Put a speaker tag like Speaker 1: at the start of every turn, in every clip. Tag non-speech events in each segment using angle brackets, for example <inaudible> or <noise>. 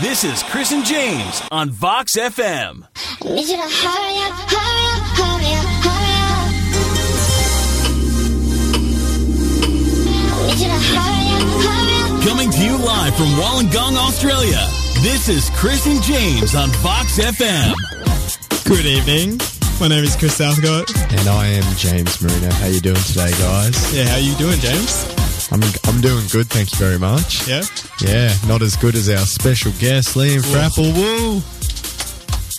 Speaker 1: This is Chris and James on Vox FM.
Speaker 2: I need you to hurry up, hurry up, hurry up, hurry up. I need you to hurry up, hurry up.
Speaker 1: Coming to you live from Wollongong, Australia. This is Chris and James on Vox FM.
Speaker 3: Good evening. My name is Chris Southcott.
Speaker 4: And I am James Marino. How you doing today, guys?
Speaker 3: Yeah, how you doing, James?
Speaker 4: I'm, I'm doing good, thank you very much.
Speaker 3: Yeah.
Speaker 4: Yeah, not as good as our special guest, Liam Frapple.
Speaker 3: woo.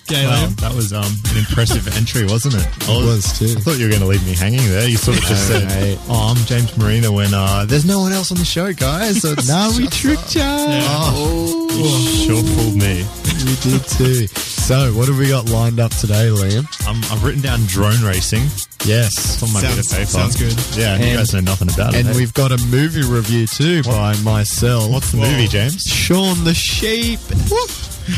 Speaker 3: Gay
Speaker 5: Wow,
Speaker 3: lamb.
Speaker 5: that was um,
Speaker 4: <laughs>
Speaker 5: an impressive entry, wasn't it? I
Speaker 4: It was too.
Speaker 5: I thought you were going to leave me hanging there. You sort of just
Speaker 4: No,
Speaker 5: said,
Speaker 4: mate.
Speaker 5: "Oh, I'm James Marina." When uh, there's no one else on the show, guys. So
Speaker 4: <laughs>
Speaker 5: it's-
Speaker 4: No, we tricked you.
Speaker 5: you Oh, sure fooled me.
Speaker 4: You did too. So, what have we got lined up today, Liam?
Speaker 5: Um, I've written down drone racing.
Speaker 4: Yes.
Speaker 5: It's on my bit of
Speaker 3: Sounds-
Speaker 5: paper.
Speaker 3: sounds good.
Speaker 5: Yeah,
Speaker 4: And-
Speaker 5: you guys know nothing about it.
Speaker 4: And
Speaker 5: eh?
Speaker 4: we've got a movie review too by myself.
Speaker 5: What's the movie, James?
Speaker 4: Sean the Sheep.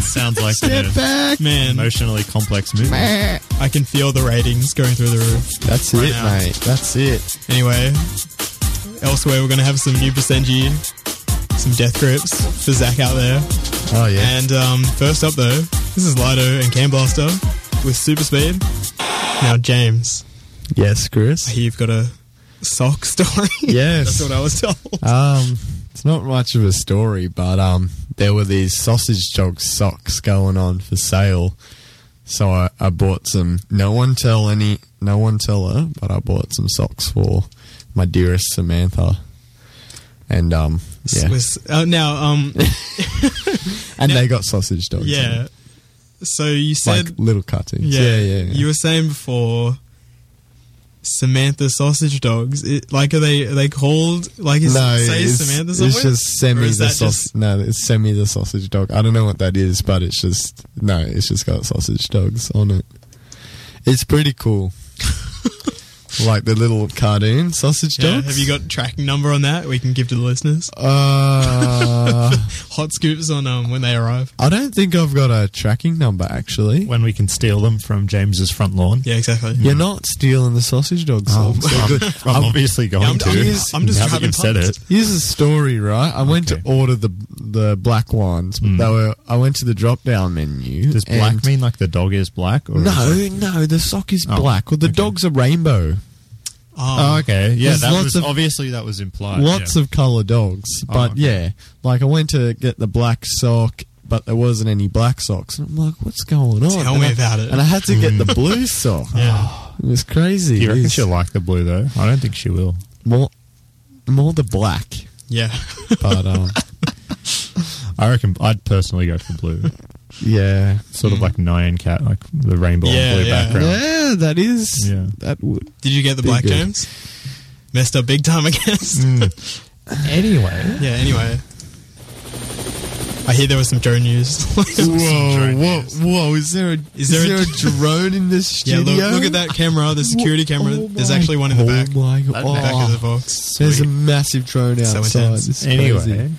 Speaker 5: sounds like
Speaker 4: Step
Speaker 5: an
Speaker 4: back.
Speaker 3: Man,
Speaker 5: emotionally complex movie.
Speaker 3: I can feel the ratings going through the roof.
Speaker 4: That's
Speaker 3: Right
Speaker 4: it,
Speaker 3: now.
Speaker 4: mate. That's it.
Speaker 3: Anyway, elsewhere we're going to have some new Basenji, some death grips for Zach out there.
Speaker 4: Oh, yeah.
Speaker 3: And um, first up, though, this is Lido and Cam Blaster with super speed. Now, James,
Speaker 4: yes, Chris.
Speaker 3: you've got a sock story. <laughs>
Speaker 4: Yes.
Speaker 3: That's what I was told.
Speaker 4: Um, it's not much of a story, but um, there were these sausage dog socks going on for sale, so I, I bought some. No one tell any, no one tell her, but I bought some socks for my dearest Samantha, and um, yeah,
Speaker 3: Was- uh, now, um,
Speaker 4: and they got sausage dogs, in
Speaker 3: yeah.
Speaker 4: it,
Speaker 3: So you said
Speaker 4: like little cuttings,
Speaker 3: Yeah,
Speaker 4: yeah, yeah. yeah,
Speaker 3: You were saying before Samantha sausage dogs. It, like, are they are they called like is
Speaker 4: no,
Speaker 3: it say
Speaker 4: it's,
Speaker 3: Samantha somewhere?
Speaker 4: it's just
Speaker 3: Or
Speaker 4: semi
Speaker 3: is
Speaker 4: the
Speaker 3: that
Speaker 4: sausage.
Speaker 3: just-
Speaker 4: No, it's semi the sausage dog. I don't know what that is, but it's just no, it's just got sausage dogs on it. It's pretty
Speaker 3: <laughs>
Speaker 4: cool, like the little cartoon sausage
Speaker 3: Yeah,
Speaker 4: dogs.
Speaker 3: have you got tracking number on that we can give to the listeners?
Speaker 4: Uh,
Speaker 3: Hot scoops on um when they arrive.
Speaker 4: I don't think I've got a tracking number actually.
Speaker 5: When we can steal them from James's front lawn.
Speaker 3: Yeah, exactly.
Speaker 4: You're not stealing the sausage dogs.
Speaker 5: Oh,
Speaker 4: Songs.
Speaker 5: I'm, I'm obviously going
Speaker 3: I'm-
Speaker 5: to.
Speaker 3: I'm just- I'm just
Speaker 5: now that
Speaker 3: having
Speaker 5: you've said
Speaker 3: fun.
Speaker 5: it.
Speaker 4: Here's a story, right? I went
Speaker 5: Okay. Mm.
Speaker 4: to order the the black ones, but they were. I went to the drop down menu.
Speaker 5: Does black
Speaker 4: and-
Speaker 5: mean like the dog is black? Or is it-
Speaker 4: No, no, the sock is
Speaker 5: Oh,
Speaker 4: black. Or the
Speaker 5: okay.
Speaker 4: dog's a rainbow.
Speaker 3: Um,
Speaker 5: Oh, okay. Yeah,
Speaker 4: There's
Speaker 5: that
Speaker 4: lots
Speaker 5: was
Speaker 4: of-
Speaker 5: obviously that was implied.
Speaker 4: Lots of colour dogs.
Speaker 5: Oh,
Speaker 4: But
Speaker 5: okay.
Speaker 4: yeah, like I went to get the black sock, but there wasn't any black socks. And I'm like, what's going on?
Speaker 3: Tell
Speaker 4: and
Speaker 3: me
Speaker 4: I,
Speaker 3: about it.
Speaker 4: And I had to get the
Speaker 5: <laughs>
Speaker 4: blue sock.
Speaker 3: Yeah.
Speaker 4: It was crazy.
Speaker 5: Do you
Speaker 4: It
Speaker 5: reckon
Speaker 4: was
Speaker 5: she'll like the blue though? I don't think she will.
Speaker 4: more, more the black.
Speaker 3: Yeah. <laughs>
Speaker 4: But <laughs> um,
Speaker 5: I reckon I'd personally go for blue,
Speaker 4: <laughs> yeah.
Speaker 5: sort of like Nyan Cat, like the rainbow and
Speaker 3: Yeah,
Speaker 5: blue
Speaker 3: yeah.
Speaker 5: background.
Speaker 4: Yeah, that is.
Speaker 5: Yeah.
Speaker 4: That would.
Speaker 3: Did you get the black
Speaker 4: good. Mm.
Speaker 3: James? Messed up big time, I guess.
Speaker 5: Mm. Anyway,
Speaker 3: yeah. Anyway, I hear there was some drone news. <laughs>
Speaker 4: Whoa,
Speaker 5: drone
Speaker 4: whoa,
Speaker 5: news.
Speaker 4: whoa! Is there a
Speaker 3: Is
Speaker 4: is
Speaker 3: there
Speaker 4: there,
Speaker 3: a-
Speaker 4: a, drone
Speaker 5: <laughs>
Speaker 4: in this
Speaker 3: yeah.
Speaker 4: studio?
Speaker 3: Look, look at that camera. The security camera.
Speaker 4: Oh
Speaker 3: There's
Speaker 4: my-
Speaker 3: actually one in the
Speaker 4: oh
Speaker 3: back.
Speaker 4: my god!
Speaker 3: The back of the
Speaker 4: Oh.
Speaker 3: box.
Speaker 4: There's a
Speaker 3: Sweet.
Speaker 4: massive drone
Speaker 3: So
Speaker 4: outside.
Speaker 3: intense.
Speaker 4: It's
Speaker 5: anyway,
Speaker 4: crazy.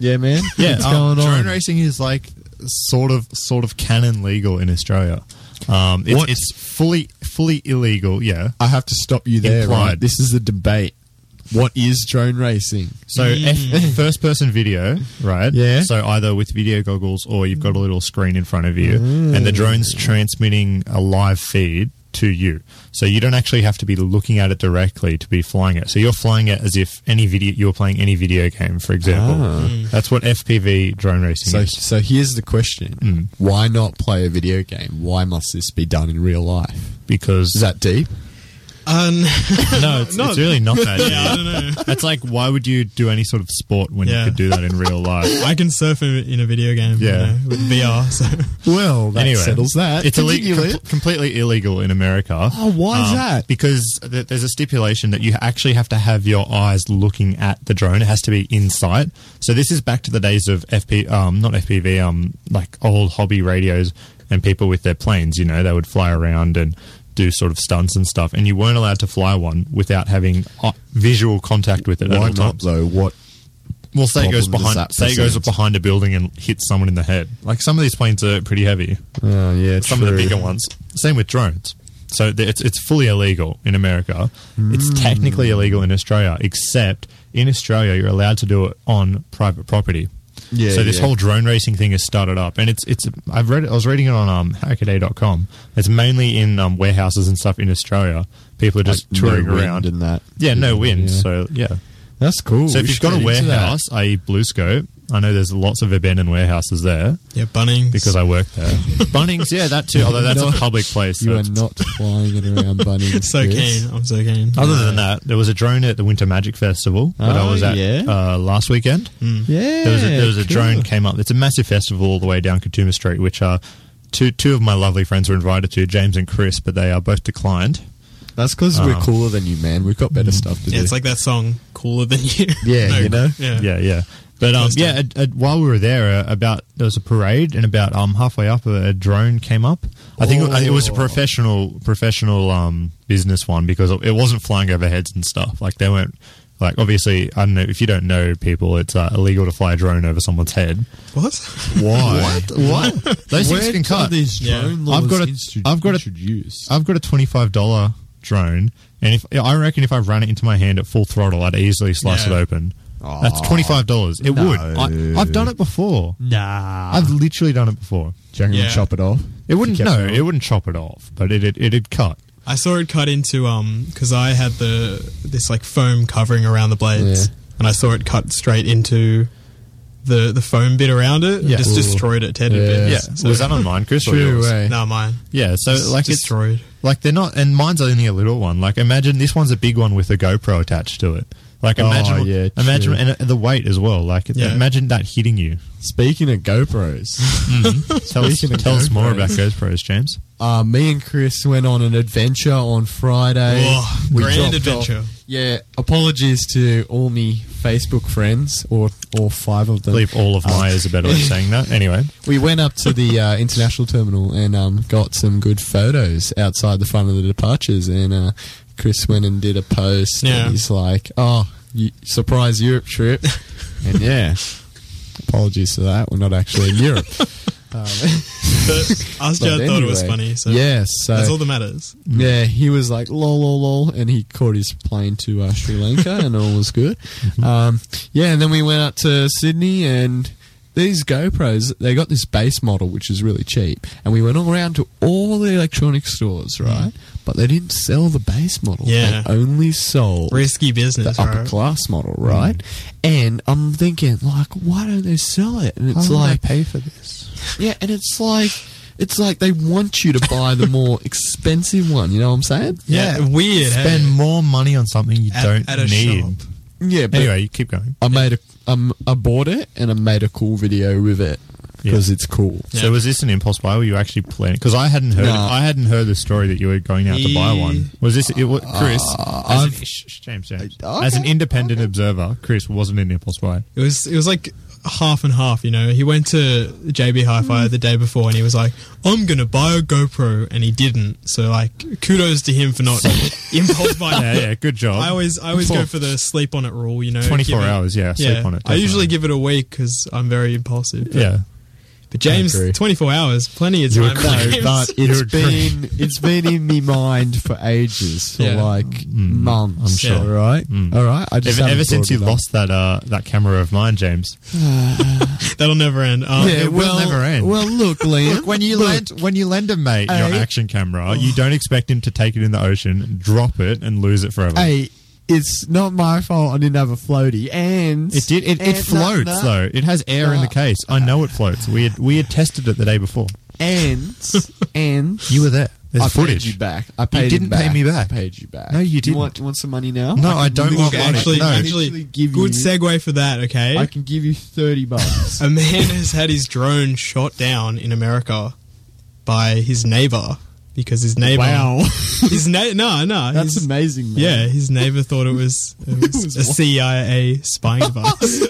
Speaker 4: yeah, man.
Speaker 5: yeah.
Speaker 4: what's
Speaker 5: um,
Speaker 4: going on?
Speaker 5: Drone racing is like sort of sort of canon legal in Australia. Um, it's,
Speaker 4: What?
Speaker 5: it's fully fully illegal. Yeah.
Speaker 4: I have to stop you there.
Speaker 5: Implied.
Speaker 4: Right? This is the debate. What is drone racing?
Speaker 5: So F- first person video,
Speaker 4: Mm.
Speaker 5: right?
Speaker 4: Yeah.
Speaker 5: So either with video goggles or you've got a little screen in front of you,
Speaker 4: Mm.
Speaker 5: and the drone's transmitting a live feed to you. So you don't actually have to be looking at it directly to be flying it. So you're flying it as if any video you were playing any video game, for example. That's what FPV drone racing
Speaker 4: Ah. So,
Speaker 5: is.
Speaker 4: so here's the question:
Speaker 5: Mm.
Speaker 4: Why not play a video game? Why must this be done in real life?
Speaker 5: Because
Speaker 4: Is that deep?
Speaker 3: Um,
Speaker 5: no, it's,
Speaker 3: Not-
Speaker 5: it's really not that.
Speaker 3: yeah, I
Speaker 5: easy.
Speaker 3: don't know.
Speaker 5: That's like why would you do any sort of sport when
Speaker 3: Yeah.
Speaker 5: you could do that in real life?
Speaker 3: <laughs> I can surf in, in a video game. you
Speaker 5: Yeah.
Speaker 3: know, with VR. <laughs> So
Speaker 4: Well, that
Speaker 5: anyway,
Speaker 4: settles that.
Speaker 5: It's
Speaker 4: Continue,
Speaker 5: illegal,
Speaker 4: Liam.
Speaker 5: completely illegal in America.
Speaker 4: Oh, why
Speaker 5: Um,
Speaker 4: is that?
Speaker 5: Because th- there's a stipulation that you actually have to have your eyes looking at the drone. It has to be in sight. So this is back to the days of FP, um, not FPV, um, like old hobby radios and people with their planes. You know, they would fly around and do sort of stunts and stuff, and you weren't allowed to fly one without having uh, visual contact with it. at all
Speaker 4: Why not
Speaker 5: times.
Speaker 4: though? What?
Speaker 5: Well, say it goes
Speaker 4: problem does
Speaker 5: behind,
Speaker 4: that
Speaker 5: say it goes
Speaker 4: present?
Speaker 5: behind a building and hits someone in the head. Like some of these planes are pretty heavy
Speaker 4: Oh yeah,
Speaker 5: some
Speaker 4: true.
Speaker 5: of the bigger ones. Same with drones. So th- it's it's fully illegal in America. It's
Speaker 4: Hmm.
Speaker 5: technically illegal in Australia, except in Australia you're allowed to do it on private property.
Speaker 4: Yeah,
Speaker 5: so this
Speaker 4: yeah.
Speaker 5: whole drone racing thing has started up, and it's it's I've read it, I was reading it on um, hackaday.com. It's mainly in um, warehouses and stuff in Australia. People are just
Speaker 4: Like, no
Speaker 5: touring
Speaker 4: wind
Speaker 5: around
Speaker 4: and that.
Speaker 5: Yeah, no wind.
Speaker 4: Yeah.
Speaker 5: So yeah.
Speaker 4: That's cool.
Speaker 5: So if
Speaker 4: We
Speaker 5: you've
Speaker 4: should
Speaker 5: got a
Speaker 4: get into that.
Speaker 5: warehouse, i.e. BlueScope, I know there's lots of abandoned warehouses there
Speaker 3: Yeah, Bunnings.
Speaker 5: because I work
Speaker 4: <laughs>
Speaker 5: there. Bunnings, yeah, that too. Although that's a public place. so
Speaker 4: you are
Speaker 5: it's- <laughs>
Speaker 4: not flying it around, Bunny.
Speaker 3: so keen. I'm so keen.
Speaker 5: Other than that, there was a drone at the Winter Magic Festival that
Speaker 4: Oh,
Speaker 5: I was at
Speaker 4: yeah. Hmm.
Speaker 5: uh, last weekend.
Speaker 4: Yeah,
Speaker 5: There was a, there was a
Speaker 4: cool.
Speaker 5: drone came up. It's a massive festival all the way down Katooma Street, which uh, two two of my lovely friends were invited to, James and Chris, but they are both declined.
Speaker 4: That's because
Speaker 5: Um,
Speaker 4: we're cooler than you, man. We've got better
Speaker 5: Mm.
Speaker 4: stuff to do.
Speaker 3: yeah, it's like that song "Cooler Than You."
Speaker 4: Yeah,
Speaker 3: No,
Speaker 4: you know?
Speaker 3: Yeah,
Speaker 5: <laughs> yeah, yeah. But um,
Speaker 3: First
Speaker 5: yeah,
Speaker 3: time.
Speaker 5: at, at, while we were there, uh, about there was a parade, and about um halfway up, a, a drone came up. I think it, it was a
Speaker 4: Oh.
Speaker 5: professional professional um business one because it wasn't flying over heads and stuff. Like they weren't like obviously I don't know if you don't know people, it's uh, illegal to fly a drone over someone's head.
Speaker 3: What?
Speaker 5: Why? What? What? <laughs> Those things can cut.
Speaker 4: these
Speaker 3: Yeah.
Speaker 4: drone
Speaker 5: I've
Speaker 4: laws
Speaker 5: got a-
Speaker 4: instru-
Speaker 5: I've got a-
Speaker 4: introduced?
Speaker 5: I've got a twenty five dollar drone, and if I reckon if I ran it into my hand at full throttle, I'd easily slice
Speaker 3: Yeah.
Speaker 5: it open. That's twenty five dollars. It would. I, I've done it before.
Speaker 4: nah.
Speaker 5: I've literally done it before.
Speaker 4: Do you reckon
Speaker 3: Yeah.
Speaker 4: we'll chop it off?
Speaker 5: It wouldn't.
Speaker 4: You kept
Speaker 5: No, it wouldn't chop it off, but it it it'd cut.
Speaker 3: I saw it cut into um because I had the this like foam covering around the blades,
Speaker 4: Yeah.
Speaker 3: and I saw it cut straight into the the foam bit around it. and
Speaker 5: Yeah.
Speaker 3: just
Speaker 5: Ooh.
Speaker 3: destroyed it, teared
Speaker 4: Yeah.
Speaker 3: it. to
Speaker 5: Yeah,
Speaker 3: bits. So-
Speaker 5: was that on mine, Chris? or
Speaker 4: True uh,
Speaker 5: yours?
Speaker 4: way.
Speaker 3: No, mine.
Speaker 5: Yeah, so
Speaker 3: Just
Speaker 5: like it's
Speaker 3: destroyed.
Speaker 5: like they're not, and mine's only a little one. Like imagine this one's a big one with a GoPro attached to it. Like
Speaker 4: Oh,
Speaker 5: imagine,
Speaker 4: yeah, true.
Speaker 5: imagine, and uh, the weight as well. Like
Speaker 3: Yeah.
Speaker 5: imagine that hitting you.
Speaker 4: Speaking of
Speaker 5: <laughs>
Speaker 4: GoPros,
Speaker 5: Tell us,
Speaker 4: Speaking of
Speaker 5: tell us more
Speaker 4: GoPros.
Speaker 5: about GoPros, James.
Speaker 4: uh, me and Chris went on an adventure on Friday.
Speaker 5: Oh,
Speaker 3: Whoa, grand
Speaker 4: dropped
Speaker 3: adventure.
Speaker 4: off- Yeah, apologies to all me Facebook friends, or all five of
Speaker 5: I
Speaker 4: them.
Speaker 5: believe all of my is a better way of saying that. Anyway,
Speaker 4: We went up to the uh, international terminal and um, got some good photos outside the front of the departures. And uh, Chris went and did a post.
Speaker 3: Yeah.
Speaker 4: And he's like, "Oh, you, surprise Europe trip!"
Speaker 3: <laughs>
Speaker 4: and yeah, apologies for that. We're not actually in Europe.
Speaker 5: <laughs>
Speaker 3: But us
Speaker 4: But
Speaker 3: Jad thought it was
Speaker 4: anyway,
Speaker 3: funny. So
Speaker 4: yeah, so
Speaker 3: that's all that matters.
Speaker 4: yeah, he was like lol lol lol, and he caught his plane to uh, Sri Lanka, and all was good. Um, yeah, and then we went out to Sydney, and these GoPros they got this base model which is really cheap, and we went all around to all the electronic stores, right? But they didn't sell the base model;
Speaker 3: Yeah.
Speaker 4: they only sold
Speaker 3: Risky
Speaker 4: the
Speaker 3: business,
Speaker 4: upper
Speaker 3: right?
Speaker 4: class model, right? And I'm thinking, like, why don't they sell it? And it's like
Speaker 5: pay for this.
Speaker 4: yeah, and it's like it's like they want you to buy the
Speaker 5: <laughs>
Speaker 4: more expensive one. You know what I'm saying?
Speaker 3: Yeah, weird. hey?
Speaker 5: Spend more money on something you
Speaker 3: At-
Speaker 5: don't
Speaker 3: at a
Speaker 5: need.
Speaker 3: shop.
Speaker 4: Yeah. But
Speaker 5: Anyway, you keep going.
Speaker 4: I made a um, I bought it and I made a cool video with it because it's cool.
Speaker 5: So
Speaker 3: Yeah.
Speaker 5: was this an impulse buy? Were you actually planning? Because I hadn't heard.
Speaker 4: Nah.
Speaker 5: I hadn't heard the story that you were going out to buy one. Was this it, wa- Chris? as an, shh, shh, James, James.
Speaker 4: okay,
Speaker 5: as an independent observer, Chris wasn't an impulse
Speaker 3: <laughs>
Speaker 5: buy.
Speaker 3: It was it was like half and half, you know. He went to JB
Speaker 5: Mm.
Speaker 3: Hi-Fi the day before and he was like, "I'm gonna buy a GoPro," and he didn't. So like, kudos to him for not
Speaker 5: <laughs>
Speaker 3: impulse buying.
Speaker 5: Yeah, yeah. Good job.
Speaker 3: I always I always go for the sleep on it rule, you know.
Speaker 5: 24
Speaker 3: give it-
Speaker 5: hours, yeah, sleep on it,
Speaker 3: I usually
Speaker 5: definitely.
Speaker 3: give it a week because I'm very impulsive. But,
Speaker 5: yeah.
Speaker 3: but James,
Speaker 4: I agree.
Speaker 3: 24 hours, plenty of
Speaker 5: You're
Speaker 3: time.
Speaker 5: a <laughs>
Speaker 4: No,
Speaker 3: James.
Speaker 4: but
Speaker 5: You're
Speaker 4: it's
Speaker 5: a creep.
Speaker 4: been it's been in my mind for ages, for
Speaker 3: Yeah.
Speaker 4: like months.
Speaker 5: Mm. I'm sure. Mm.
Speaker 4: All right, all right. I just
Speaker 5: Ever,
Speaker 4: haven't
Speaker 5: ever since
Speaker 4: brought
Speaker 5: you
Speaker 4: it up.
Speaker 5: lost that uh, that camera of mine, James.
Speaker 3: that'll never end. Um,
Speaker 4: Yeah,
Speaker 5: it will
Speaker 4: well,
Speaker 5: never end.
Speaker 4: Well, look, Liam.
Speaker 5: Look, <laughs> when you lend when you lend a mate your
Speaker 4: Hey.
Speaker 5: action camera, you don't expect him to take it in the ocean, drop it, and lose it forever.
Speaker 4: hey, it's not my fault. I didn't have a floaty, and
Speaker 5: It did. It, it
Speaker 4: and- no,
Speaker 5: floats
Speaker 4: no.
Speaker 5: though. It has air in
Speaker 4: Nah.
Speaker 5: the case. I know it floats. We had, we had tested it the day before.
Speaker 4: and and
Speaker 5: You were there. There's
Speaker 4: I
Speaker 5: footage.
Speaker 4: paid you back. I paid him
Speaker 5: didn't pay me back.
Speaker 4: I paid you back.
Speaker 5: No, you
Speaker 4: Do
Speaker 5: didn't.
Speaker 4: want, do you want some money now?
Speaker 5: No, I
Speaker 4: can
Speaker 5: don't
Speaker 4: give
Speaker 5: want
Speaker 4: you-
Speaker 5: money.
Speaker 3: actually,
Speaker 5: No.
Speaker 3: actually, good
Speaker 4: you,
Speaker 3: segue for that. Okay,
Speaker 4: I can give you
Speaker 3: <laughs>
Speaker 4: thirty bucks.
Speaker 3: a man has had his drone shot down in America by his neighbor because his neighbor.
Speaker 4: wow,
Speaker 3: <laughs> His na- no, no.
Speaker 4: that's
Speaker 3: his-
Speaker 4: amazing. Man.
Speaker 3: Yeah, his neighbor thought it was,
Speaker 4: <laughs>
Speaker 3: it was a CIA spying device.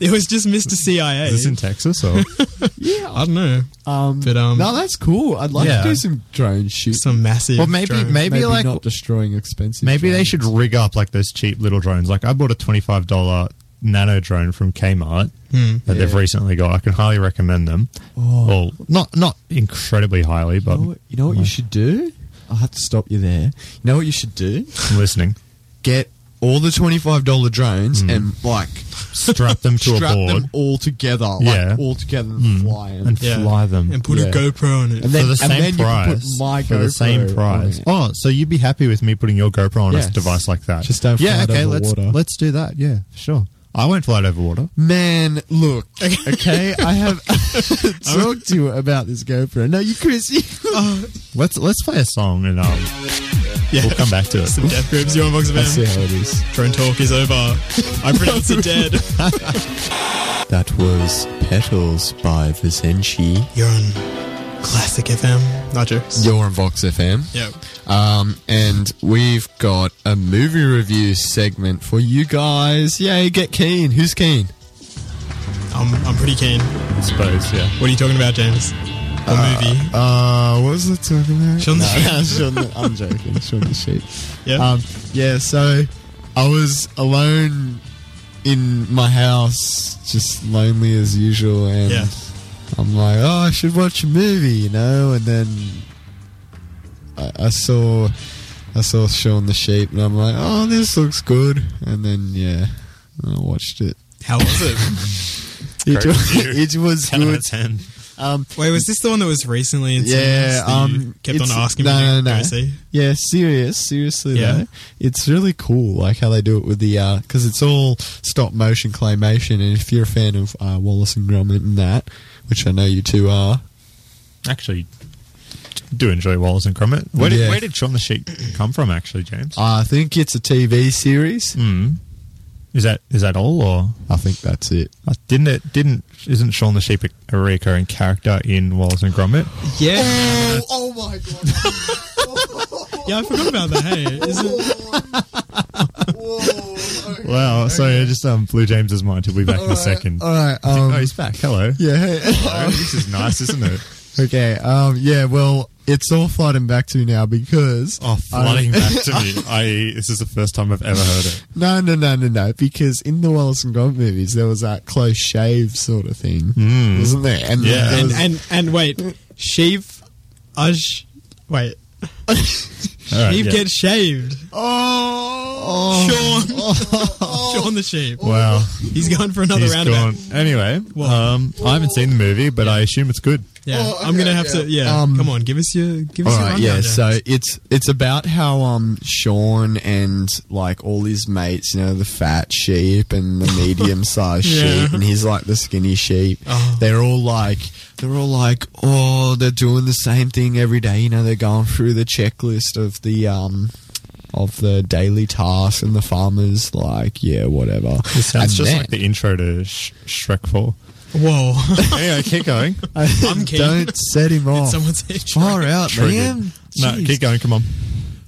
Speaker 3: it was just Mr. CIA.
Speaker 5: Is this in Texas <laughs> or
Speaker 3: I don't know.
Speaker 4: Um,
Speaker 3: But, um,
Speaker 4: no, that's cool. I'd like
Speaker 5: yeah.
Speaker 4: to do some drone shoot.
Speaker 3: Some massive.
Speaker 5: Well, maybe-
Speaker 3: drone.
Speaker 5: maybe like-
Speaker 4: not destroying expensive.
Speaker 5: maybe they
Speaker 4: drones.
Speaker 5: should rig up like those cheap little drones? Like I bought a twenty five dollar nano drone from Kmart that they've
Speaker 4: Yeah.
Speaker 5: recently got. I can highly recommend them.
Speaker 4: Oh.
Speaker 5: Well, not not incredibly highly, but
Speaker 4: You know what you, know what you should do? I'll have to stop you there. You know what you should do?
Speaker 5: I'm listening.
Speaker 4: Get all the twenty-five dollar drones and like
Speaker 5: strap them to
Speaker 4: strap
Speaker 5: a board
Speaker 4: them all together, like
Speaker 5: Yeah.
Speaker 4: all together Hmm. and fly in.
Speaker 5: and
Speaker 3: Yeah.
Speaker 5: fly them.
Speaker 3: and put
Speaker 4: Yeah.
Speaker 3: a GoPro on it.
Speaker 4: And then-
Speaker 5: for the
Speaker 4: and
Speaker 5: same
Speaker 4: then you can put
Speaker 5: price.
Speaker 4: my
Speaker 5: for the same
Speaker 4: GoPro on
Speaker 5: price.
Speaker 4: it.
Speaker 5: Oh, so you'd be happy with me putting your GoPro on
Speaker 4: Yes.
Speaker 5: a device like that?
Speaker 4: Just uh, don't fly
Speaker 5: yeah,
Speaker 4: it
Speaker 5: okay,
Speaker 4: over
Speaker 5: let's
Speaker 4: water.
Speaker 5: let's do that. Yeah, sure. I won't fly it over water.
Speaker 4: Man, look, <laughs> okay, I have talked to you about this GoPro. No, you, Chris, you,
Speaker 5: <laughs> Let's let's play a song and um,
Speaker 3: yeah.
Speaker 5: we'll come back
Speaker 4: <laughs>
Speaker 5: to it.
Speaker 3: Some death grips, you on Vox
Speaker 4: I see
Speaker 3: FM.
Speaker 4: how it is.
Speaker 3: Drone talk is over.
Speaker 4: <laughs>
Speaker 3: I pronounce it dead.
Speaker 4: That was Petals by Vicenci.
Speaker 3: You're on Classic FM. Not jokes.
Speaker 4: You're on Vox FM.
Speaker 3: Yep.
Speaker 4: Um, and we've got a movie review segment for you guys. Yay, get keen. Who's keen?
Speaker 3: I'm, I'm pretty keen.
Speaker 5: I suppose. Yeah.
Speaker 3: What are you talking about, James? The movie.
Speaker 4: Uh, what was I talking about?
Speaker 3: Shaun the
Speaker 4: No, Shaun the- I'm joking. Shaun the Sheep.
Speaker 3: Yeah.
Speaker 4: Um, yeah, so I was alone in my house, just lonely as usual, and
Speaker 3: Yeah.
Speaker 4: I'm like, oh, I should watch a movie, you know, and then I, I saw. I saw Shaun the Sheep and I'm like, oh, this looks good. And then, yeah, I watched it.
Speaker 3: How was
Speaker 4: <laughs>
Speaker 3: it?
Speaker 4: It
Speaker 5: Great
Speaker 4: was,
Speaker 5: review.
Speaker 4: <laughs> it was
Speaker 5: Ten out
Speaker 4: good.
Speaker 5: of ten.
Speaker 4: Um,
Speaker 3: Wait, was this the one that was recently in cinemas
Speaker 4: yeah,
Speaker 3: that you
Speaker 4: um,
Speaker 3: kept on
Speaker 4: it's-
Speaker 3: asking
Speaker 4: no,
Speaker 3: me
Speaker 4: no,
Speaker 3: to
Speaker 4: no.
Speaker 3: go see?
Speaker 4: Yeah, serious, seriously
Speaker 3: Yeah.
Speaker 4: though, it's really cool. Like how they do it with the because it's all stop motion claymation, and if you're a fan of uh, Wallace and Gromit and that, which I know you two are,
Speaker 5: Actually, do enjoy Wallace and Gromit. Where did
Speaker 4: Yeah.
Speaker 5: where did Shaun the Sheep come from? Actually, James.
Speaker 4: I think it's a TV series.
Speaker 5: Hmm. Is that is that all or?
Speaker 4: I think that's it.
Speaker 5: Uh, Didn't it? Didn't isn't Shaun the Sheep a, a recurring character in Wallace and
Speaker 4: <laughs>
Speaker 5: Gromit?
Speaker 3: Yeah.
Speaker 4: Oh, oh my god!
Speaker 3: Yeah, I forgot about that.
Speaker 4: <laughs>
Speaker 3: Hey, is it,
Speaker 4: Whoa. Okay.
Speaker 5: Wow. So I just um, blew James's mind. He'll be back in a second.
Speaker 4: All right. Um,
Speaker 5: oh, he's back. Hello.
Speaker 4: yeah. hey. <laughs>
Speaker 5: Hello. Oh, this is nice, isn't it?
Speaker 4: Okay. Um, yeah. Well, it's all flooding back to me now because
Speaker 5: Oh, flooding back to me. I this is the first time I've ever heard it.
Speaker 4: No, no, no, no, no. Because in the Wallace and Gromit movies, there was that close shave sort of thing, mm. wasn't there? And
Speaker 5: Yeah.
Speaker 4: there
Speaker 3: and,
Speaker 4: was-
Speaker 3: and and wait, shave, Ush, wait,
Speaker 5: All right,
Speaker 3: Sheep
Speaker 5: yeah.
Speaker 3: gets shaved.
Speaker 4: oh,
Speaker 3: Sean,
Speaker 4: <laughs>
Speaker 3: Sean the sheep.
Speaker 5: wow.
Speaker 3: He's going for another
Speaker 5: He's
Speaker 3: roundabout.
Speaker 5: gone. Anyway, um, I haven't seen the movie, but I assume it's good.
Speaker 3: Yeah,
Speaker 4: Oh, okay,
Speaker 3: I'm gonna have
Speaker 4: yeah.
Speaker 3: to. Yeah,
Speaker 4: Um,
Speaker 3: come on, give us your give us
Speaker 4: all
Speaker 3: your
Speaker 4: right,
Speaker 3: rundown,
Speaker 4: yeah.
Speaker 3: James.
Speaker 4: So it's it's about how um Sean and like all his mates, you know, the fat sheep and the medium sized
Speaker 3: Yeah.
Speaker 4: sheep, and he's like the skinny sheep.
Speaker 3: Oh.
Speaker 4: They're all like they're all like oh they're doing the same thing every day. You know, they're going through the checklist of the um of the daily tasks and the farmers like yeah whatever.
Speaker 5: That's
Speaker 4: And
Speaker 5: just
Speaker 4: then-
Speaker 5: like the intro to Sh- Shrek Four.
Speaker 3: whoa, <laughs>
Speaker 5: anyway, keep going.
Speaker 3: I'm keen.
Speaker 4: Don't set
Speaker 5: <laughs>
Speaker 4: him off.
Speaker 3: someone say
Speaker 4: Far out,
Speaker 5: Triggered.
Speaker 4: man.
Speaker 5: No,
Speaker 4: Jeez.
Speaker 5: keep going. Come on.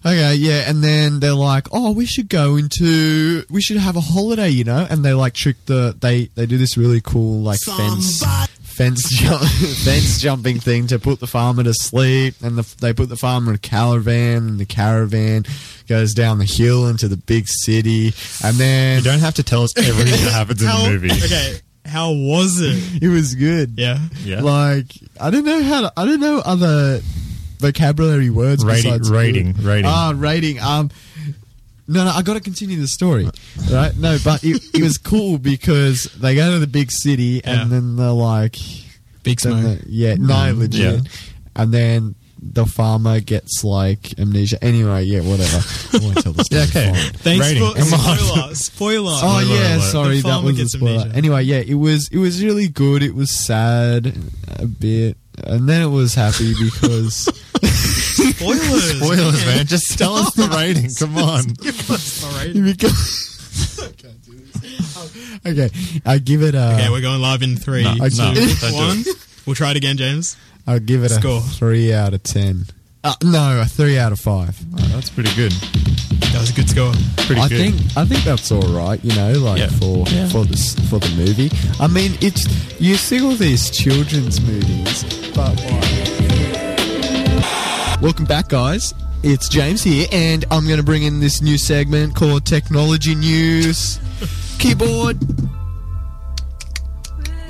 Speaker 4: Okay, yeah, and then they're like, "Oh, we should go into, we should have a holiday, you know." And they like trick the they they do this really cool like fence
Speaker 3: Somebody-
Speaker 4: fence jump, <laughs> fence jumping thing to put the farmer to sleep, and the, they put the farmer in a caravan, and the caravan goes down the hill into the big city, and
Speaker 5: You
Speaker 4: then
Speaker 5: don't have to tell us everything that happens in
Speaker 3: How-
Speaker 5: the movie.
Speaker 3: <laughs> Okay, how was it?
Speaker 4: <laughs> it was good.
Speaker 3: Yeah,
Speaker 5: Yeah.
Speaker 4: Like I don't know how to, I don't know other vocabulary words
Speaker 5: Rating-
Speaker 4: besides
Speaker 5: rating,
Speaker 4: good.
Speaker 5: rating.
Speaker 4: Ah, rating. Um, no, no, I got to continue the story, right? No, but it, it was cool because they go to the big city and
Speaker 3: Yeah.
Speaker 4: then they're like,
Speaker 3: big
Speaker 4: then
Speaker 3: smoke.
Speaker 4: they- yeah, no, legit,
Speaker 5: yeah.
Speaker 4: and then. The farmer gets like amnesia. Anyway, yeah, whatever. I won't tell the story.
Speaker 5: Yeah, okay.
Speaker 4: Fine.
Speaker 3: Thanks
Speaker 5: Rating,
Speaker 3: for
Speaker 5: come on.
Speaker 3: spoiler. Spoiler.
Speaker 4: Oh
Speaker 5: Spoiler
Speaker 4: yeah,
Speaker 5: alert.
Speaker 4: sorry,
Speaker 3: The
Speaker 4: that
Speaker 3: farmer
Speaker 4: was a
Speaker 3: gets
Speaker 4: spoiler. <laughs>
Speaker 3: amnesia.
Speaker 4: Anyway, yeah, it was it was really good. It was sad a bit, and then it
Speaker 3: <laughs>
Speaker 4: was happy because
Speaker 3: Spoilers.
Speaker 5: Spoilers, man.
Speaker 3: <laughs>
Speaker 5: Just tell us the rating. Come on.
Speaker 3: Alright.
Speaker 4: <laughs> because <laughs> okay, I give it a
Speaker 3: Okay, we're going live in three,
Speaker 5: No,
Speaker 3: two,
Speaker 5: no, don't do it.
Speaker 3: one. We'll try it again, James.
Speaker 4: will give it a
Speaker 3: Score.
Speaker 4: three out of ten. Uh, no, a three out of five.
Speaker 5: Oh, that's pretty good.
Speaker 3: That was a good score.
Speaker 5: Pretty
Speaker 4: I
Speaker 5: good.
Speaker 4: think I think that's all right. You know, like
Speaker 5: Yeah.
Speaker 4: for for this for the movie. I mean, it's you see all these children's movies, but like... welcome back, guys. It's James here, and I'm going to bring in this new segment called Technology
Speaker 5: <laughs>
Speaker 4: News. Keyboard.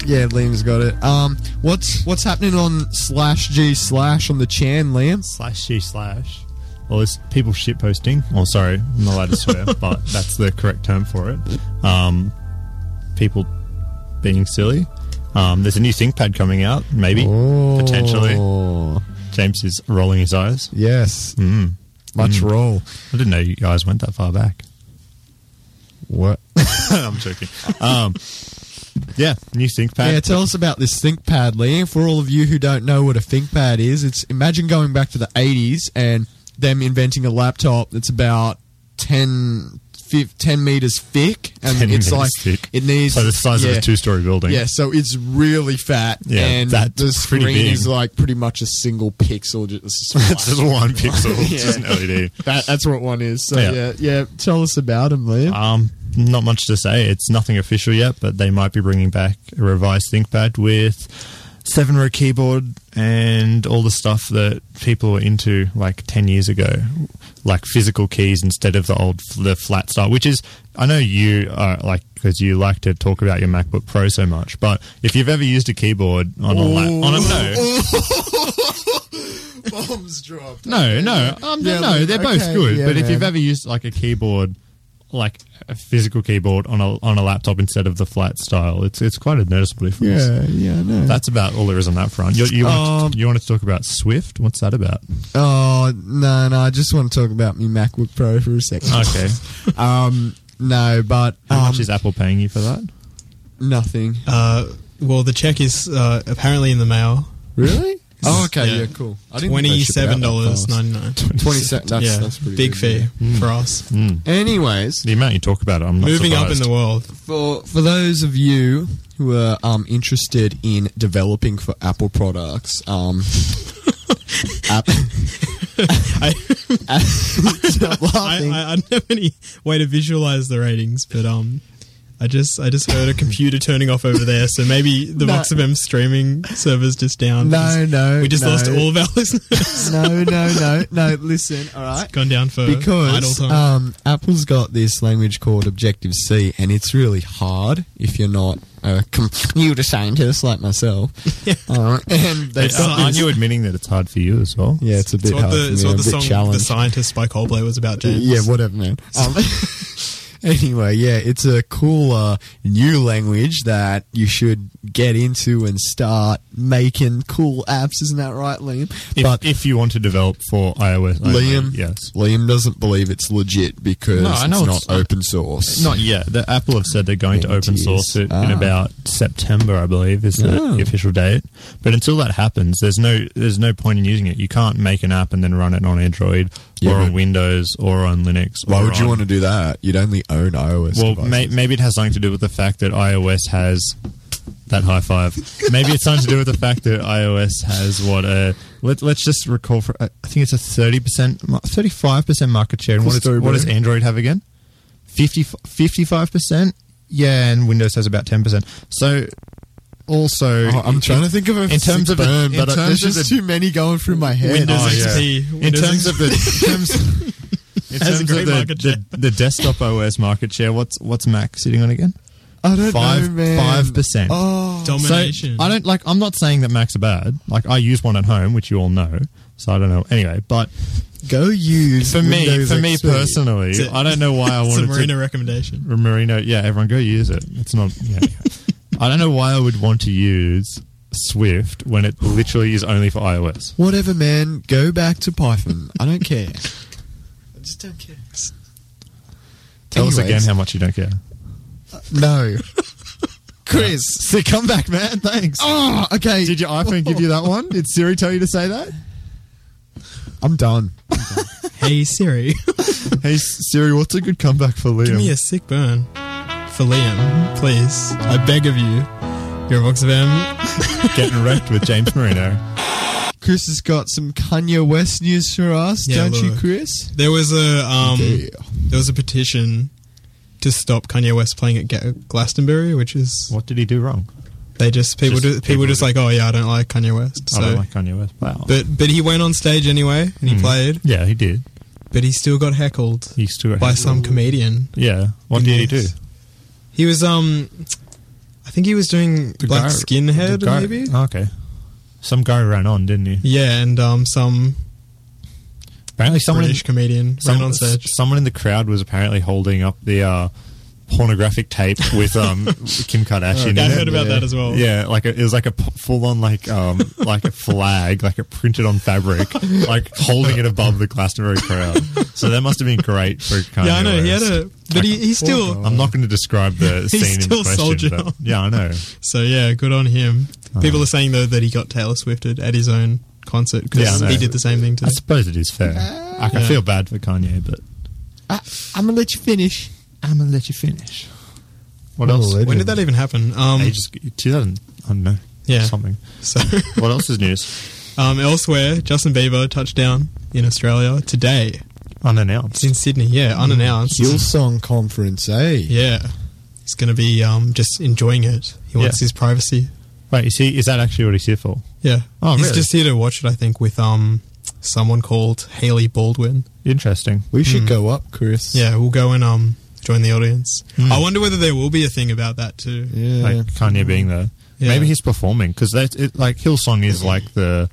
Speaker 4: Yeah, Liam's got it. Um, what's what's happening on slash G slash on the Chan, Liam?
Speaker 5: slash she slash. well, it's people shitposting. Oh, sorry, I'm not allowed
Speaker 4: <laughs>
Speaker 5: to swear, but that's the correct term for it. Um, people being silly. Um, there's a new ThinkPad coming out, maybe potentially.
Speaker 4: Oh,
Speaker 5: James is rolling his eyes.
Speaker 4: Yes.
Speaker 5: Mm-hmm.
Speaker 4: Much roll.
Speaker 5: I didn't know you guys went that far back. <laughs>
Speaker 4: What?
Speaker 5: I'm joking. Um, yeah, new ThinkPad.
Speaker 4: Yeah, tell us about this ThinkPad, Lee. For all of you who don't know what a ThinkPad is, it's imagine going back to the 80s and them inventing a laptop that's about 10, fif- 10 meters thick. And
Speaker 5: 10
Speaker 4: it's
Speaker 5: meters
Speaker 4: like,
Speaker 5: thick.
Speaker 4: it needs.
Speaker 5: so the size of
Speaker 4: yeah.
Speaker 5: a two-story building.
Speaker 4: Yeah, so it's really fat.
Speaker 5: Yeah,
Speaker 4: and
Speaker 5: that's
Speaker 4: the
Speaker 5: pretty
Speaker 4: screen
Speaker 5: big.
Speaker 4: is like pretty much a single pixel. Just,
Speaker 5: <laughs> it's just one pixel.
Speaker 4: <laughs>
Speaker 5: It's just an <laughs> LED.
Speaker 4: that, that's what one is. So,
Speaker 5: Yeah.
Speaker 4: yeah. yeah, Tell us about him, Liam.
Speaker 5: Um, not much to say. It's nothing official yet, but they might be bringing back a revised ThinkPad with seven-row keyboard and all the stuff that people were into like ten years ago, like physical keys instead of the old the flat style. Which is, I know you are like because you like to talk about your MacBook Pro so much, but if you've ever used a keyboard on a lap, on a no,
Speaker 4: Bombs dropped.
Speaker 5: no, no, um,
Speaker 4: Yeah,
Speaker 5: no,
Speaker 4: like,
Speaker 5: they're both
Speaker 4: okay,
Speaker 5: good.
Speaker 4: yeah,
Speaker 5: but if you've
Speaker 4: man.
Speaker 5: ever used like a keyboard, like a physical keyboard on a on a laptop instead of the flat style, it's it's quite a noticeable difference.
Speaker 4: Yeah, yeah, no.
Speaker 5: That's about all there is on that front. You, you, wanted,
Speaker 4: Um,
Speaker 5: to, you wanted to talk about Swift? What's that about?
Speaker 4: Oh no, no! I just want to talk about my MacBook Pro for a second.
Speaker 5: Okay.
Speaker 4: <laughs> Um, no, but
Speaker 5: How
Speaker 4: um,
Speaker 5: much is Apple paying you for that?
Speaker 4: nothing.
Speaker 3: Uh, well, the check is uh, apparently in the mail. <laughs>
Speaker 4: Really? Oh, okay.
Speaker 3: Yeah.
Speaker 4: Yeah, cool. I didn't think they should be out
Speaker 3: Twenty-seven
Speaker 4: that
Speaker 3: dollars
Speaker 4: fast.
Speaker 3: ninety
Speaker 4: <laughs>
Speaker 3: nine.
Speaker 4: Twenty-seven. That's,
Speaker 3: yeah,
Speaker 4: that's pretty
Speaker 3: big
Speaker 4: good,
Speaker 3: fee
Speaker 4: yeah. Mm.
Speaker 3: for us.
Speaker 4: Anyways,
Speaker 5: The amount you talk about, it, I'm not
Speaker 3: Moving up in
Speaker 5: surprised.
Speaker 3: the world.
Speaker 4: for for those of you who are um, interested in developing for Apple products,
Speaker 3: <laughs>
Speaker 4: um, app, <laughs>
Speaker 3: I,
Speaker 4: stop
Speaker 3: I,
Speaker 4: laughing.
Speaker 3: I, I don't have any way to visualize the ratings, but um, I just I just heard a computer turning off over there, so maybe the
Speaker 4: No.
Speaker 3: Vox FM streaming server's just down.
Speaker 4: <laughs> No, no,
Speaker 3: we just
Speaker 4: no.
Speaker 3: lost all of our listeners. <laughs>
Speaker 4: no, no, no, no. Listen, all right.
Speaker 3: Gone down for idle
Speaker 4: because
Speaker 3: time.
Speaker 4: um, Apple's got this language called Objective C, and it's really hard if you're not a computer scientist like myself.
Speaker 3: <laughs>
Speaker 4: Uh, and they've
Speaker 5: It's-
Speaker 4: got
Speaker 5: aren't
Speaker 4: this-
Speaker 5: you admitting that it's hard for you as well?
Speaker 4: yeah, it's a bit
Speaker 3: it's what
Speaker 4: hard.
Speaker 3: the,
Speaker 4: for
Speaker 3: it's
Speaker 4: me.
Speaker 3: what
Speaker 4: I'm
Speaker 3: the
Speaker 4: a bit
Speaker 3: song "The
Speaker 4: challenged.
Speaker 3: Scientist" by Coldplay was about, James.
Speaker 4: Yeah, whatever, man. Um, <laughs> anyway, yeah, it's a cool uh, new language that you should get into and start making cool apps. Isn't that right, Liam?
Speaker 5: If, if you want to develop for iOS, only,
Speaker 4: Liam,
Speaker 5: yes,
Speaker 4: Liam doesn't believe it's legit because
Speaker 5: No, I know
Speaker 4: it's not
Speaker 5: it's-
Speaker 4: open source.
Speaker 5: Not yet. The Apple have said they're going to
Speaker 4: Yeah,
Speaker 5: open
Speaker 4: it is.
Speaker 5: source it in
Speaker 4: Ah.
Speaker 5: about September, I believe, is
Speaker 4: Oh.
Speaker 5: the official date. But until that happens, there's no there's no point in using it. You can't make an app and then run it on Android
Speaker 4: Yeah,
Speaker 5: or on
Speaker 4: but-
Speaker 5: Windows or on Linux.
Speaker 4: Why
Speaker 5: or
Speaker 4: would you
Speaker 5: on-
Speaker 4: want to do that? You'd only own iOS.
Speaker 5: Well,
Speaker 4: devices.
Speaker 5: may, maybe it has something to do with the fact that iOS has that high five. maybe it's something to do with the fact that iOS has what a let, let's just recall. For, uh, I think it's a thirty percent, thirty five percent market share. And what,
Speaker 4: Cool
Speaker 5: is,
Speaker 4: story,
Speaker 5: what
Speaker 4: bro.
Speaker 5: does Android have again? 55 percent. Yeah, and Windows has about ten percent. So also,
Speaker 4: Oh, I'm trying to think of a
Speaker 5: in terms of a-
Speaker 4: burn,
Speaker 5: in
Speaker 4: but uh,
Speaker 5: terms
Speaker 4: there's
Speaker 5: of
Speaker 4: just
Speaker 5: a-
Speaker 4: too many going through my head.
Speaker 3: Windows
Speaker 5: Oh, yeah.
Speaker 3: XP.
Speaker 5: in
Speaker 3: Windows
Speaker 5: terms of the in terms, in
Speaker 3: Has a
Speaker 5: terms of
Speaker 3: great
Speaker 5: the,
Speaker 3: market share.
Speaker 5: the, the desktop OS market share, what's what's Mac sitting on again?
Speaker 4: I don't
Speaker 5: Five
Speaker 4: know, man.
Speaker 5: five percent.
Speaker 4: Oh,
Speaker 3: domination.
Speaker 5: So I don't like. I'm not saying that Macs are bad. Like I use one at home, which you all know. So I don't know. Anyway, but
Speaker 4: go use
Speaker 5: for me,
Speaker 4: Windows
Speaker 5: for me
Speaker 4: XP.
Speaker 5: personally,
Speaker 3: It's a-
Speaker 5: I don't know why I <laughs>
Speaker 3: it's a
Speaker 5: wanted
Speaker 3: Marina
Speaker 5: to.
Speaker 3: recommendation.
Speaker 5: Marino, yeah, everyone go use it. It's not. Yeah, <laughs> I don't know why I would want to use Swift when it literally is only for iOS.
Speaker 4: Whatever, man. Go back to Python. I don't care.
Speaker 5: <laughs>
Speaker 4: I just don't care.
Speaker 5: Tell us again
Speaker 4: Anyways.
Speaker 5: how much you don't care.
Speaker 4: <laughs> No, Chris.
Speaker 5: So come back, man. Thanks.
Speaker 4: Oh, okay.
Speaker 5: Did your iPhone give you that one? Did Siri tell you to say that?
Speaker 4: I'm done.
Speaker 3: Hey Siri, <laughs>
Speaker 5: Hey Siri, what's a good comeback for Liam?
Speaker 3: give me a sick burn for Liam, please. I beg of you. You're a Vox FM.
Speaker 5: Getting wrecked with James Marino.
Speaker 4: Chris has got some Kanye West news for us,
Speaker 3: Yeah,
Speaker 4: don't you,
Speaker 3: look.
Speaker 4: Chris?
Speaker 3: There was a um,
Speaker 4: Yeah.
Speaker 3: there was a petition to stop Kanye West playing at Ga- Glastonbury, which is
Speaker 5: What did he do wrong?
Speaker 3: they just people
Speaker 5: Just
Speaker 3: just, people
Speaker 5: people
Speaker 3: just
Speaker 5: do.
Speaker 3: like, oh yeah, I don't like Kanye West. So,
Speaker 5: I don't like Hmm. Kanye West. Wow.
Speaker 3: but but he went on stage anyway and he played,
Speaker 5: yeah, he did.
Speaker 3: but he still got heckled
Speaker 5: He still got
Speaker 3: by
Speaker 5: heckled.
Speaker 3: some comedian.
Speaker 5: Yeah. What did he do?
Speaker 3: He was um, I think he was doing like skinhead Oh, maybe.
Speaker 5: okay. Some guy ran on, didn't he?
Speaker 3: Yeah, and um, some
Speaker 5: Apparently, someone
Speaker 3: British
Speaker 5: in,
Speaker 3: comedian ran on stage.
Speaker 5: someone in the crowd was apparently holding up the uh, pornographic tape
Speaker 3: <laughs>
Speaker 5: with um, Kim Kardashian.
Speaker 3: Yeah, Oh, I
Speaker 5: in it.
Speaker 3: heard about that as well.
Speaker 5: Yeah, like a, it was like a full on like um, like a flag, like a printed on fabric, like holding it above the Glastonbury crowd. So that must have been great for Kanye.
Speaker 3: Yeah, I know. He had
Speaker 5: West.
Speaker 3: a, but he, he's still.
Speaker 5: I'm not going to describe the
Speaker 3: <laughs> He's
Speaker 5: scene
Speaker 3: still
Speaker 5: in question.
Speaker 3: soldier
Speaker 5: but-
Speaker 3: on.
Speaker 5: yeah, I know.
Speaker 3: So yeah, good on him. People are saying though that he got Taylor Swifted at his own concert
Speaker 5: Yeah, I
Speaker 3: because
Speaker 5: know.
Speaker 3: he did the same thing to.
Speaker 5: I suppose it is fair. Like, I
Speaker 3: Yeah.
Speaker 5: feel bad for Kanye, but
Speaker 4: I'm gonna let you finish.
Speaker 5: I'm gonna let you finish. What
Speaker 4: What a
Speaker 5: else?
Speaker 4: legend.
Speaker 3: When did that even happen? Um,
Speaker 5: Ages, 2000, I don't know.
Speaker 3: Yeah.
Speaker 5: Something.
Speaker 3: <laughs> so,
Speaker 5: <laughs> What else is news?
Speaker 3: um, elsewhere, Justin Bieber touched down in Australia today. It's
Speaker 5: Unannounced.
Speaker 3: in Sydney. Yeah, unannounced.
Speaker 4: Hillsong conference, eh?
Speaker 3: yeah, he's going to be um, just enjoying it. He wants
Speaker 5: Yeah.
Speaker 3: his privacy.
Speaker 5: Wait, is he? Is that actually what he's here for?
Speaker 3: Yeah.
Speaker 5: Oh,
Speaker 3: he's
Speaker 5: really?
Speaker 3: just here to watch it. I think with um, someone called Haley Baldwin.
Speaker 5: Interesting.
Speaker 4: We should go up, Chris.
Speaker 3: Yeah, we'll go and um join the audience.
Speaker 5: Hmm.
Speaker 3: I wonder whether there will be a thing about that too.
Speaker 4: Yeah.
Speaker 5: Like Kanye being there.
Speaker 3: Yeah.
Speaker 5: Maybe he's performing because it like Hillsong is like the.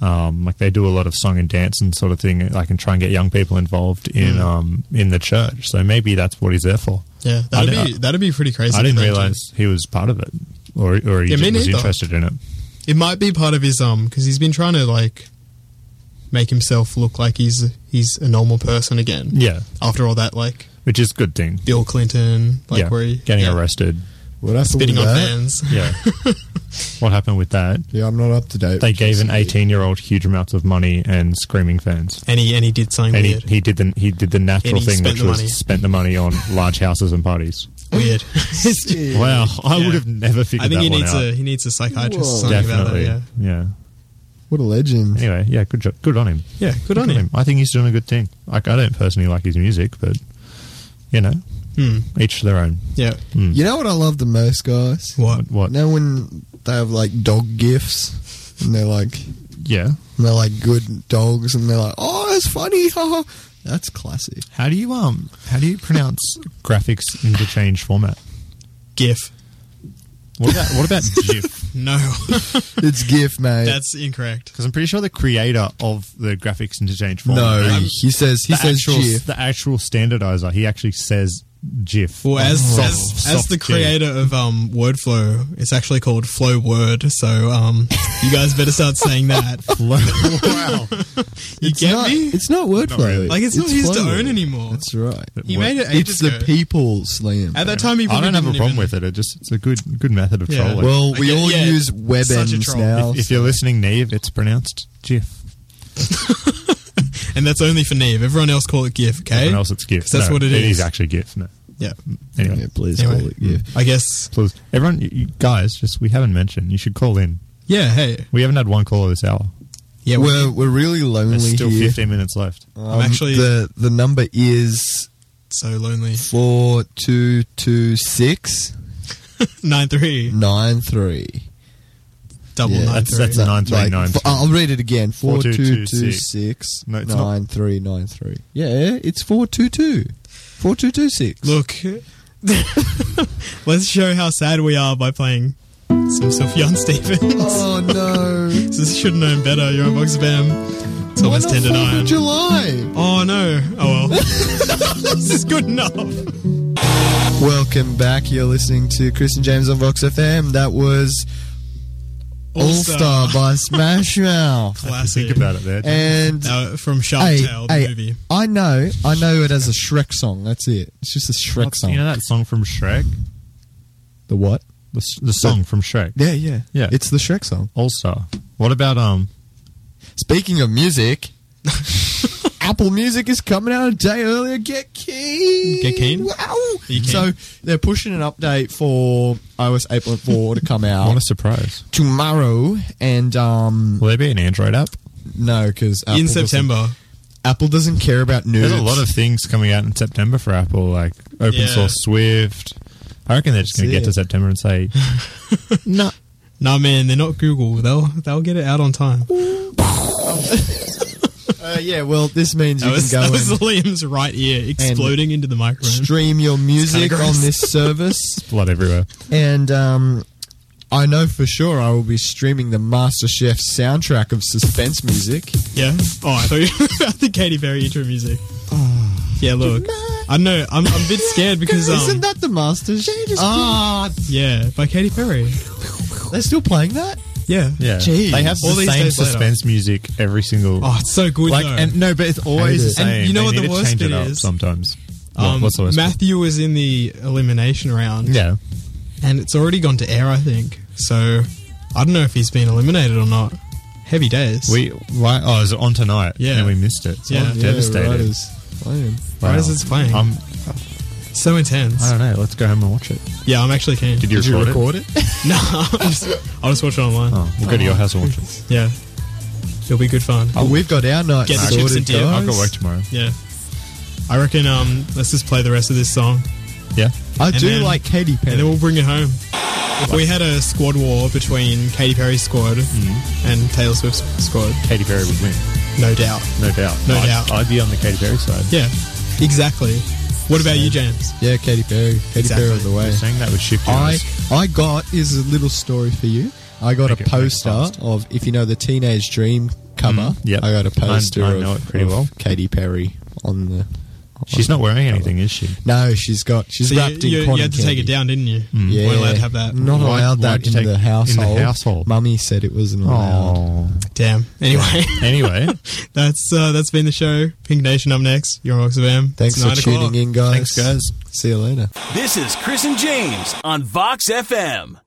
Speaker 5: Um, like they do a lot of song and dance and sort of thing, like and try and get young people involved in um in the church. So maybe that's what he's there for.
Speaker 3: Yeah,
Speaker 5: I
Speaker 3: that'd
Speaker 5: di-
Speaker 3: be that'd be pretty crazy.
Speaker 5: I didn't
Speaker 3: to imagine.
Speaker 5: realize he was part of it, or or he
Speaker 3: Yeah, me
Speaker 5: was
Speaker 3: neither.
Speaker 5: interested in it.
Speaker 3: it might be part of his um because he's been trying to like make himself look like he's he's a normal person again.
Speaker 5: Yeah,
Speaker 3: After all that, like
Speaker 5: which is a good thing.
Speaker 3: Bill Clinton, like
Speaker 5: yeah,
Speaker 3: where he
Speaker 5: getting
Speaker 3: yeah,
Speaker 5: arrested.
Speaker 4: What happened
Speaker 3: spitting
Speaker 4: with
Speaker 3: on
Speaker 4: that?
Speaker 3: fans. <laughs>
Speaker 5: Yeah, what happened with that?
Speaker 4: Yeah, I'm not up to date.
Speaker 5: They gave an 18 year old huge amounts of money and screaming fans.
Speaker 3: And he and he did something
Speaker 5: And he,
Speaker 3: weird.
Speaker 5: he did the he did the natural
Speaker 3: And he
Speaker 5: thing,
Speaker 3: spent
Speaker 5: which
Speaker 3: the
Speaker 5: was
Speaker 3: money.
Speaker 5: spent the
Speaker 3: <laughs>
Speaker 5: money on large houses and parties. <laughs>
Speaker 3: weird. It's just-
Speaker 5: Wow, I
Speaker 3: Yeah.
Speaker 5: would have never figured
Speaker 3: I think
Speaker 5: that
Speaker 3: he
Speaker 5: one
Speaker 3: needs
Speaker 5: out.
Speaker 3: a he needs a psychiatrist or
Speaker 4: Whoa.
Speaker 3: something
Speaker 5: Definitely,
Speaker 3: about that.
Speaker 5: yeah.
Speaker 4: What a legend.
Speaker 5: Anyway, yeah, good job, good on him.
Speaker 3: Yeah, yeah. Good, on him.
Speaker 5: I think he's doing a good thing. Like I don't personally like his music, but you know, each to their own.
Speaker 3: Hmm. Yeah.
Speaker 4: You know what I love the most, guys?
Speaker 3: What?
Speaker 5: What?
Speaker 4: Now when they have like dog gifts and they're like
Speaker 5: Yeah.
Speaker 4: and they're like good dogs and they're like, oh, it's funny, <laughs> haha. That's classic.
Speaker 5: How do you um? How do you <laughs> pronounce graphics interchange format?
Speaker 3: GIF.
Speaker 5: What about what <laughs> about GIF?
Speaker 3: No, <laughs>
Speaker 4: It's GIF, mate.
Speaker 3: that's incorrect.
Speaker 5: Because I'm pretty sure the creator of the graphics interchange format.
Speaker 4: no,
Speaker 5: um,
Speaker 4: he says he
Speaker 5: the
Speaker 4: says
Speaker 5: actual,
Speaker 4: GIF.
Speaker 5: the actual standardizer. He actually says GIF.
Speaker 3: Well, as
Speaker 5: Soft-
Speaker 3: as, as
Speaker 5: soft
Speaker 3: the
Speaker 5: G.
Speaker 3: creator of um, WordFlow, it's actually called Flow Word. So um, you guys better start saying
Speaker 5: <laughs>
Speaker 3: that.
Speaker 5: wow.
Speaker 3: <laughs> You
Speaker 4: It's
Speaker 3: get
Speaker 4: not,
Speaker 3: me?
Speaker 4: It's not wordplay.
Speaker 5: really.
Speaker 3: Like, it's not his to
Speaker 4: Flowword.
Speaker 3: own anymore.
Speaker 4: That's right.
Speaker 3: He made it ages
Speaker 4: It's the
Speaker 3: ago.
Speaker 4: people slam.
Speaker 3: At that time, he
Speaker 5: I
Speaker 3: probably
Speaker 5: don't have a
Speaker 3: didn't
Speaker 5: problem
Speaker 3: even-
Speaker 5: with it. It just it's a good good method of
Speaker 3: Yeah.
Speaker 5: trolling.
Speaker 4: well,
Speaker 3: I
Speaker 4: we
Speaker 3: get-
Speaker 4: all
Speaker 3: yeah,
Speaker 4: use
Speaker 3: such a
Speaker 4: WebEms
Speaker 3: troll.
Speaker 4: now.
Speaker 5: if you're listening, Neve, it's pronounced GIF.
Speaker 3: and that's only for Neve. Everyone else call it GIF, okay?
Speaker 5: Everyone else, it's GIF.
Speaker 3: 'Cause that's
Speaker 5: No,
Speaker 3: what it
Speaker 5: It
Speaker 3: Eh? is.
Speaker 5: is actually GIF. No.
Speaker 3: Yeah.
Speaker 5: Anyway,
Speaker 4: yeah, please
Speaker 3: Anyway.
Speaker 4: call it GIF.
Speaker 3: I guess.
Speaker 5: please, everyone, you, you guys, just we haven't mentioned. You should call in.
Speaker 3: Yeah. Hey.
Speaker 5: We haven't had one caller this hour.
Speaker 3: Yeah. we-
Speaker 4: We're we're really lonely
Speaker 5: There's still
Speaker 4: here.
Speaker 5: 15 minutes left.
Speaker 4: Um,
Speaker 3: actually-
Speaker 4: the the number is
Speaker 3: so lonely.
Speaker 4: four two two six
Speaker 3: Nine three.
Speaker 4: nine three.
Speaker 3: Double
Speaker 4: Yeah,
Speaker 3: nine
Speaker 5: that's-
Speaker 3: three.
Speaker 5: that's a nine three nine three.
Speaker 4: I'll read it again. Four two
Speaker 5: 4226.
Speaker 4: two six
Speaker 5: No, it's not.
Speaker 4: nine three nine three. Yeah, it's four two two. Four two two six.
Speaker 3: Look. <laughs> Let's show how sad we are by playing some Sufjan Stevens. <laughs>
Speaker 4: Oh no!
Speaker 3: This should have known better. You're on Box Bam. It's almost
Speaker 4: Not
Speaker 3: 10 to
Speaker 4: 4th
Speaker 3: 9.
Speaker 4: of July.
Speaker 3: Oh no. <laughs> Oh well. this is good enough.
Speaker 4: Welcome back. You're listening to Chris and James on Vox FM. That was All Star by Smash Mouth.
Speaker 3: Classic.
Speaker 5: Think about it there.
Speaker 4: And
Speaker 3: Uh, from Shark
Speaker 4: hey,
Speaker 3: Tale, the
Speaker 4: hey,
Speaker 3: movie.
Speaker 4: I know, I know it as a Shrek song. That's it. It's just a Shrek song.
Speaker 5: You know that song from Shrek?
Speaker 4: The what?
Speaker 5: The, s- the song from Shrek.
Speaker 4: Yeah, yeah,
Speaker 5: Yeah.
Speaker 4: It's the Shrek song.
Speaker 5: Also, what about um?
Speaker 4: Speaking of music, <laughs> Apple Music is coming out a day earlier. Get keen.
Speaker 3: Get keen?
Speaker 4: Wow.
Speaker 3: you keen?
Speaker 4: So they're pushing an update for iOS 8.4 to come
Speaker 5: What
Speaker 4: out
Speaker 5: a surprise!
Speaker 4: tomorrow, and um,
Speaker 5: Will there be an Android app?
Speaker 4: no, because
Speaker 3: In September.
Speaker 4: Apple doesn't care about news.
Speaker 5: There's a lot of things coming out in September for Apple, like open
Speaker 3: Yeah.
Speaker 5: source Swift. I reckon they're just going to
Speaker 4: See
Speaker 5: get to
Speaker 4: it.
Speaker 5: September and say,
Speaker 4: no.
Speaker 3: Nah, man, they're not Google. They'll they'll get it out on time.
Speaker 4: Uh, yeah, well, this means you
Speaker 3: That was,
Speaker 4: can go
Speaker 3: that was
Speaker 4: and
Speaker 3: Liam's right ear exploding into the microphone.
Speaker 4: stream your
Speaker 3: <laughs>
Speaker 4: music
Speaker 3: kinda
Speaker 4: on
Speaker 3: gross.
Speaker 4: this service.
Speaker 5: blood everywhere.
Speaker 4: and um, I know for sure I will be streaming the MasterChef soundtrack of suspense music.
Speaker 3: Yeah. Oh, I thought you <laughs> about the Katy Perry intro
Speaker 5: <sighs>
Speaker 3: music. yeah, look. I know. I'm, I'm a bit scared because
Speaker 4: Isn't
Speaker 3: um.
Speaker 4: that the MasterChef? Ah,
Speaker 3: Yeah, by Katy Perry.
Speaker 4: they're still playing that.
Speaker 3: <laughs> Yeah.
Speaker 5: Yeah,
Speaker 4: Jeez.
Speaker 5: they have
Speaker 3: All
Speaker 5: the
Speaker 3: these
Speaker 5: same
Speaker 3: days later.
Speaker 5: suspense music every single.
Speaker 3: Oh, it's so good
Speaker 5: like
Speaker 3: though.
Speaker 5: and no, but it's always the
Speaker 4: it.
Speaker 5: same.
Speaker 3: And you know
Speaker 5: They
Speaker 3: what
Speaker 5: need
Speaker 3: the
Speaker 5: to
Speaker 3: worst
Speaker 5: change
Speaker 3: bit
Speaker 5: it up
Speaker 3: is?
Speaker 5: sometimes. What-
Speaker 3: um,
Speaker 5: what's the worst? bit?
Speaker 3: Matthew was in the elimination round.
Speaker 5: Yeah,
Speaker 3: and it's already gone to air, I think. So I don't know if he's been eliminated or not. Heavy days.
Speaker 5: we right. Oh, is it on tonight?
Speaker 3: Yeah.
Speaker 5: and we missed it. So
Speaker 3: Yeah.
Speaker 5: I'm devastated.
Speaker 4: right is playing.
Speaker 3: Right as it's playing.
Speaker 5: I'm,
Speaker 3: so intense.
Speaker 5: I don't know. Let's go home and watch it.
Speaker 3: yeah, I'm actually keen.
Speaker 5: Did you,
Speaker 4: Did you
Speaker 5: record,
Speaker 4: record
Speaker 5: it?
Speaker 4: it? <laughs>
Speaker 3: <laughs> no, I'm just, I'll just watch it online.
Speaker 5: Oh, we'll go to your house and watch it.
Speaker 3: Yeah, it'll be good fun.
Speaker 4: Oh, we've got our night
Speaker 3: Get the
Speaker 4: sorted,
Speaker 3: chips and dip.
Speaker 4: guys.
Speaker 5: I've got work tomorrow.
Speaker 3: Yeah, I reckon. Um, let's just play the rest of this song,
Speaker 5: Yeah.
Speaker 4: I
Speaker 3: And
Speaker 4: do
Speaker 3: then-
Speaker 4: like Katy Perry.
Speaker 3: and then we'll bring it home. If we had a squad war between Katy Perry's squad
Speaker 5: Mm-hmm.
Speaker 3: and Taylor Swift's squad,
Speaker 5: Katy Perry would win,
Speaker 3: no doubt.
Speaker 5: no doubt.
Speaker 3: No
Speaker 5: I'd,
Speaker 3: doubt.
Speaker 5: I'd be on the Katy Perry side.
Speaker 3: Yeah, exactly. What about you, James?
Speaker 4: yeah, Katy Perry. Katy
Speaker 3: Exactly.
Speaker 4: Perry all the way.
Speaker 5: Saying that would shift
Speaker 4: I
Speaker 5: yours.
Speaker 4: I got is a little story for you. I got
Speaker 5: Make
Speaker 4: a
Speaker 5: it very
Speaker 4: poster
Speaker 5: fast.
Speaker 4: of if you know the Teenage Dream cover.
Speaker 5: Mm, yep.
Speaker 4: I got a
Speaker 5: I- I
Speaker 4: poster
Speaker 5: know
Speaker 4: of,
Speaker 5: it pretty
Speaker 4: of
Speaker 5: well.
Speaker 4: Katy Perry on the.
Speaker 5: She's not wearing anything, is she?
Speaker 4: No, she's got she's
Speaker 3: So you,
Speaker 4: wrapped in
Speaker 3: you, you
Speaker 4: cotton
Speaker 3: had to take
Speaker 4: candy. Hmm.
Speaker 3: it down, didn't you?
Speaker 4: Mm. Yeah,
Speaker 3: Weren't allowed to have that.
Speaker 4: Not
Speaker 5: Why-
Speaker 4: allowed
Speaker 5: why'd
Speaker 4: that
Speaker 5: you
Speaker 4: in
Speaker 5: take- in
Speaker 4: the
Speaker 5: the
Speaker 4: household.
Speaker 5: household?
Speaker 4: Mummy said it wasn't allowed.
Speaker 5: Oh.
Speaker 3: Damn. Anyway, <laughs>
Speaker 5: Anyway,
Speaker 3: that's uh, that's been the show. Pink Nation up next. You're Ox of M.
Speaker 4: Thanks
Speaker 3: It's
Speaker 4: for
Speaker 3: nine
Speaker 4: tuning
Speaker 3: o'clock.
Speaker 4: in, guys.
Speaker 5: Thanks, guys.
Speaker 4: See you later.
Speaker 1: This is Chris and James on Vox FM.